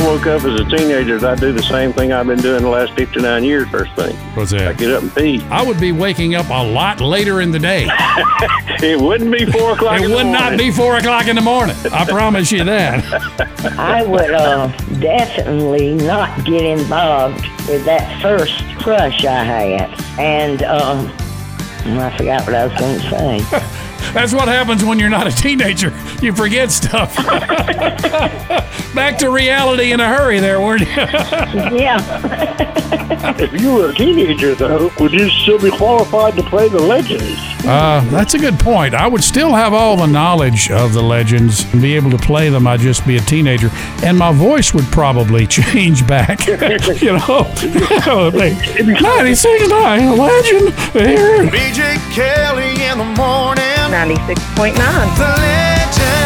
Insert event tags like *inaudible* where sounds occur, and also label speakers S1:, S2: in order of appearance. S1: woke up as a teenager, did I do the same thing I've been doing the last 59 years, first thing?
S2: What's
S1: I
S2: that?
S1: get up and pee. *laughs*
S2: I would be waking up a lot later in the *laughs* day.
S1: It wouldn't be 4 o'clock in
S2: It
S1: the
S2: would not
S1: morning.
S2: be four o'clock in the morning. I promise you *laughs* that.
S3: I would uh, definitely not get involved with that first crush I had. And um, I forgot what I was going to say.
S2: That's what happens when you're not a teenager. You forget *laughs* stuff. Back to reality in a hurry there, weren't you?
S3: yeah,
S1: If you were a teenager, though, would you still be qualified to play the legends?
S2: Uh, that's a good point. I would still have all the knowledge of the legends and be able to play them. I'd just be a teenager, and my voice would probably *laughs* change back. *laughs* you know, *laughs* ninety-six nine, a legend here.
S4: BJ Kelly in the morning.
S5: 96.9.
S4: The legend.